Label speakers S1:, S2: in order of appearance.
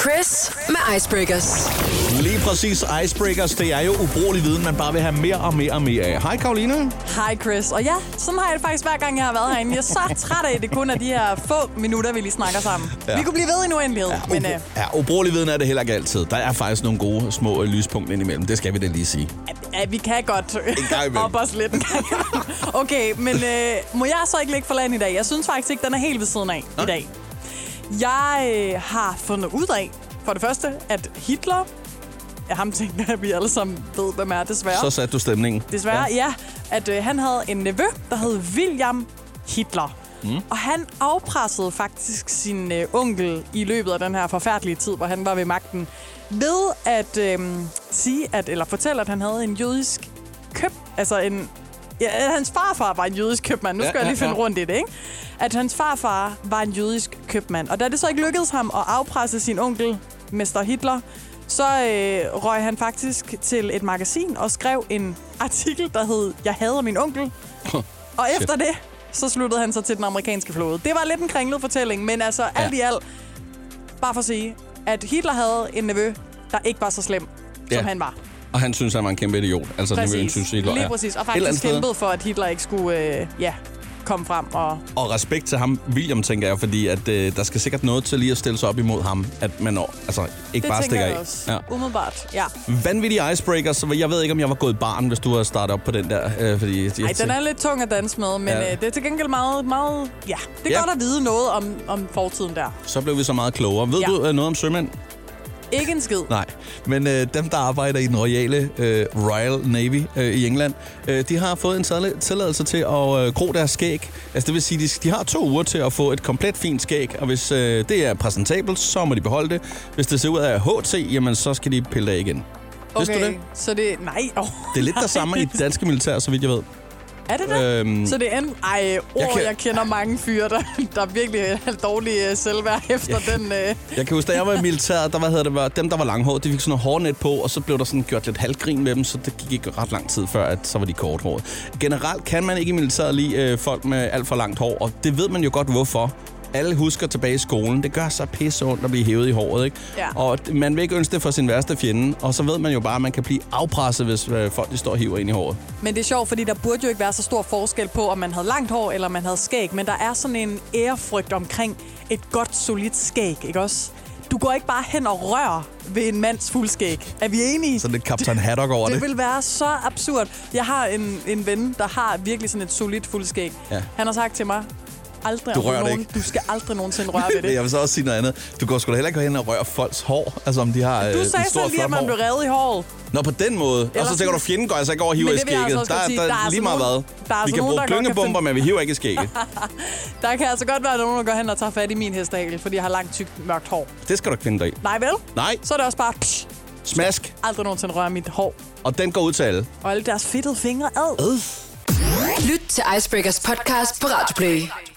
S1: Chris med Icebreakers.
S2: Lige præcis Icebreakers, det er jo ubrugelig viden, man bare vil have mere og mere og mere af. Hej Karoline.
S3: Hej Chris. Og ja, sådan har jeg det faktisk hver gang, jeg har været herinde. Jeg er så træt af, at det kun er de her få minutter, vi lige snakker sammen. Ja. Vi kunne blive ved i en uendelighed, ja, men øh,
S2: Ubru- ja, ubrugelig viden er det heller ikke altid. Der er faktisk nogle gode små øh, lyspunkter indimellem. Det skal vi da lige sige.
S3: ja, vi kan godt
S2: gang imellem.
S3: op os lidt en gang. Okay, men øh, må jeg så ikke ligge for land i dag? Jeg synes faktisk ikke, den er helt ved siden af i dag. Jeg øh, har fundet ud af, for det første, at Hitler... Ja, ham tænker jeg, at vi alle sammen ved, hvem er, desværre.
S2: Så satte du stemningen.
S3: Desværre, ja. ja at øh, han havde en nevø, der hed William Hitler. Mm. Og han afpressede faktisk sin øh, onkel i løbet af den her forfærdelige tid, hvor han var ved magten, ved at øh, sige, at, eller fortælle, at han havde en jødisk køb, altså en... Ja, at hans farfar var en jødisk købmand. Nu
S2: Ja,
S3: skal jeg
S2: ja,
S3: lige finde
S2: ja.
S3: rundt i det, ikke? At hans farfar var en jødisk købmand. Og da det så ikke lykkedes ham at afpresse sin onkel, Mester Hitler, så øh, røg han faktisk til et magasin og skrev en artikel, der hed Jeg hader min onkel. Og
S2: Shit.
S3: efter det, så sluttede han sig til den amerikanske flåde. Det var lidt en kringlet fortælling, men altså ja. alt i alt, bare for at sige, at Hitler havde en nevø, der ikke var så slem, ja.
S2: Ja.
S3: som han var.
S2: Og han synes, han var en kæmpe idiot. Altså, det vil han synes, Hitler
S3: Lige
S2: er.
S3: præcis. Og
S2: Et eller andet
S3: faktisk
S2: sted.
S3: kæmpede for, at Hitler ikke skulle øh, ja, komme frem. Og
S2: Og respekt til ham, William, tænker jeg, fordi at, øh, der skal sikkert noget til lige at stille sig op imod ham, at man når, altså, ikke
S3: det
S2: bare
S3: tænker
S2: stikker
S3: jeg
S2: af.
S3: også. Ja. Umiddelbart, ja.
S2: Vanvittige icebreakers. Jeg ved ikke, om jeg var gået i barn, hvis du havde startet op på den der. Øh, fordi jeg
S3: Ej, den er lidt tung at danse med, men
S2: Ja.
S3: ja. øh, det er til gengæld meget, meget... Ja, det
S2: Ja.
S3: er ja. godt at vide noget om, om fortiden der.
S2: Så blev vi så meget klogere. Ved
S3: Ja.
S2: du øh, noget om sømænd?
S3: Ikke en skid.
S2: Nej. Men øh, dem, der arbejder i den royale øh, Royal Navy øh, i England, øh, de har fået en sadle- tilladelse til at øh, gro deres skæg. Altså, det vil sige, de, de har to uger til at få et komplet fint skæg, og hvis øh, det er præsentabelt, så må de beholde det. Hvis det ser ud af HT, jamen, så skal de pille det af igen. Vidste du det?
S3: Så det... Nej, oh,
S2: Det er lidt det samme i det danske militær, så vidt jeg ved.
S3: Er det det?
S2: Øhm,
S3: Øhm, så det er en... Ej, ord, jeg,
S2: kan-
S3: kan... jeg kender mange fyre, der, der virkelig har dårlig øh, selvværd efter
S2: Ja.
S3: ja. den... Øh,
S2: Jeg kan huske, da jeg var i militæret, der hvad hedder det, var, dem, der var langhåret, de fik sådan noget hårnet på, og så blev der sådan gjort lidt halvgrin med dem, så det gik ikke ret lang tid før, at så var de korthåret. Generelt kan man ikke i militæret lide øh, folk med alt for langt hår, og det ved man jo godt, hvorfor. Alle husker tilbage i skolen. Det gør så pisse ondt at blive hævet i håret, ikke?
S3: Ja.
S2: Og d- man vil ikke ønske det for sin værste fjende, og så ved man jo bare, at man kan blive afpresset, hvis øh, folk de står og hiver ind i håret.
S3: Men det er sjovt, fordi der burde jo ikke være så stor forskel på, om man havde langt hår eller man havde skæg. Men der er sådan en ærefrygt omkring et godt, solidt skæg, ikke også? Du går ikke bare hen og rører ved en mands fuldskæg. Er vi enige?
S2: Sådan lidt Captain Haddock over det.
S3: Det vil være så absurd. Jeg har en, en ven, der har virkelig sådan et solidt fuldskæg.
S2: Ja.
S3: Han har sagt til mig, aldrig
S2: Du
S3: om
S2: rører det
S3: nogen,
S2: ikke.
S3: du skal aldrig nogensinde røre
S2: Men
S3: ved det.
S2: jeg øh, vil så også sige noget andet. Du går sgu da heller ikke hen og røre folks hår, altså om de har øh,
S3: Du
S2: en
S3: sagde
S2: stor,
S3: så lige,
S2: flot
S3: at man
S2: hår.
S3: blev revet i håret.
S2: Nå, på den måde. Eller og så
S3: sådan-
S2: tænker du, fjenden går altså ikke over og hiver
S3: Men
S2: i
S3: det vil jeg
S2: skægget.
S3: altså også godt sige. Der er altså
S2: lige meget
S3: nogen- der er
S2: hvad. Vi
S3: altså
S2: kan
S3: nogen,
S2: bruge
S3: der godt kan
S2: klyngebomber,
S3: finde-
S2: men vi hiver ikke i skægget.
S3: Der kan altså godt være nogen, der går hen og tager fat i min hestehagel, fordi jeg har langt, tykt, mørkt hår.
S2: det skal du ikke finde dig i.
S3: Nej vel?
S2: Nej.
S3: Så er det også bare, psh,
S2: Smask,
S3: aldrig nogensinde røre mit hår.
S2: og den går ud til alle.
S3: Og alle deres fedtede fingre ad.
S1: Lyt til Icebreakers podcast på Radio Play.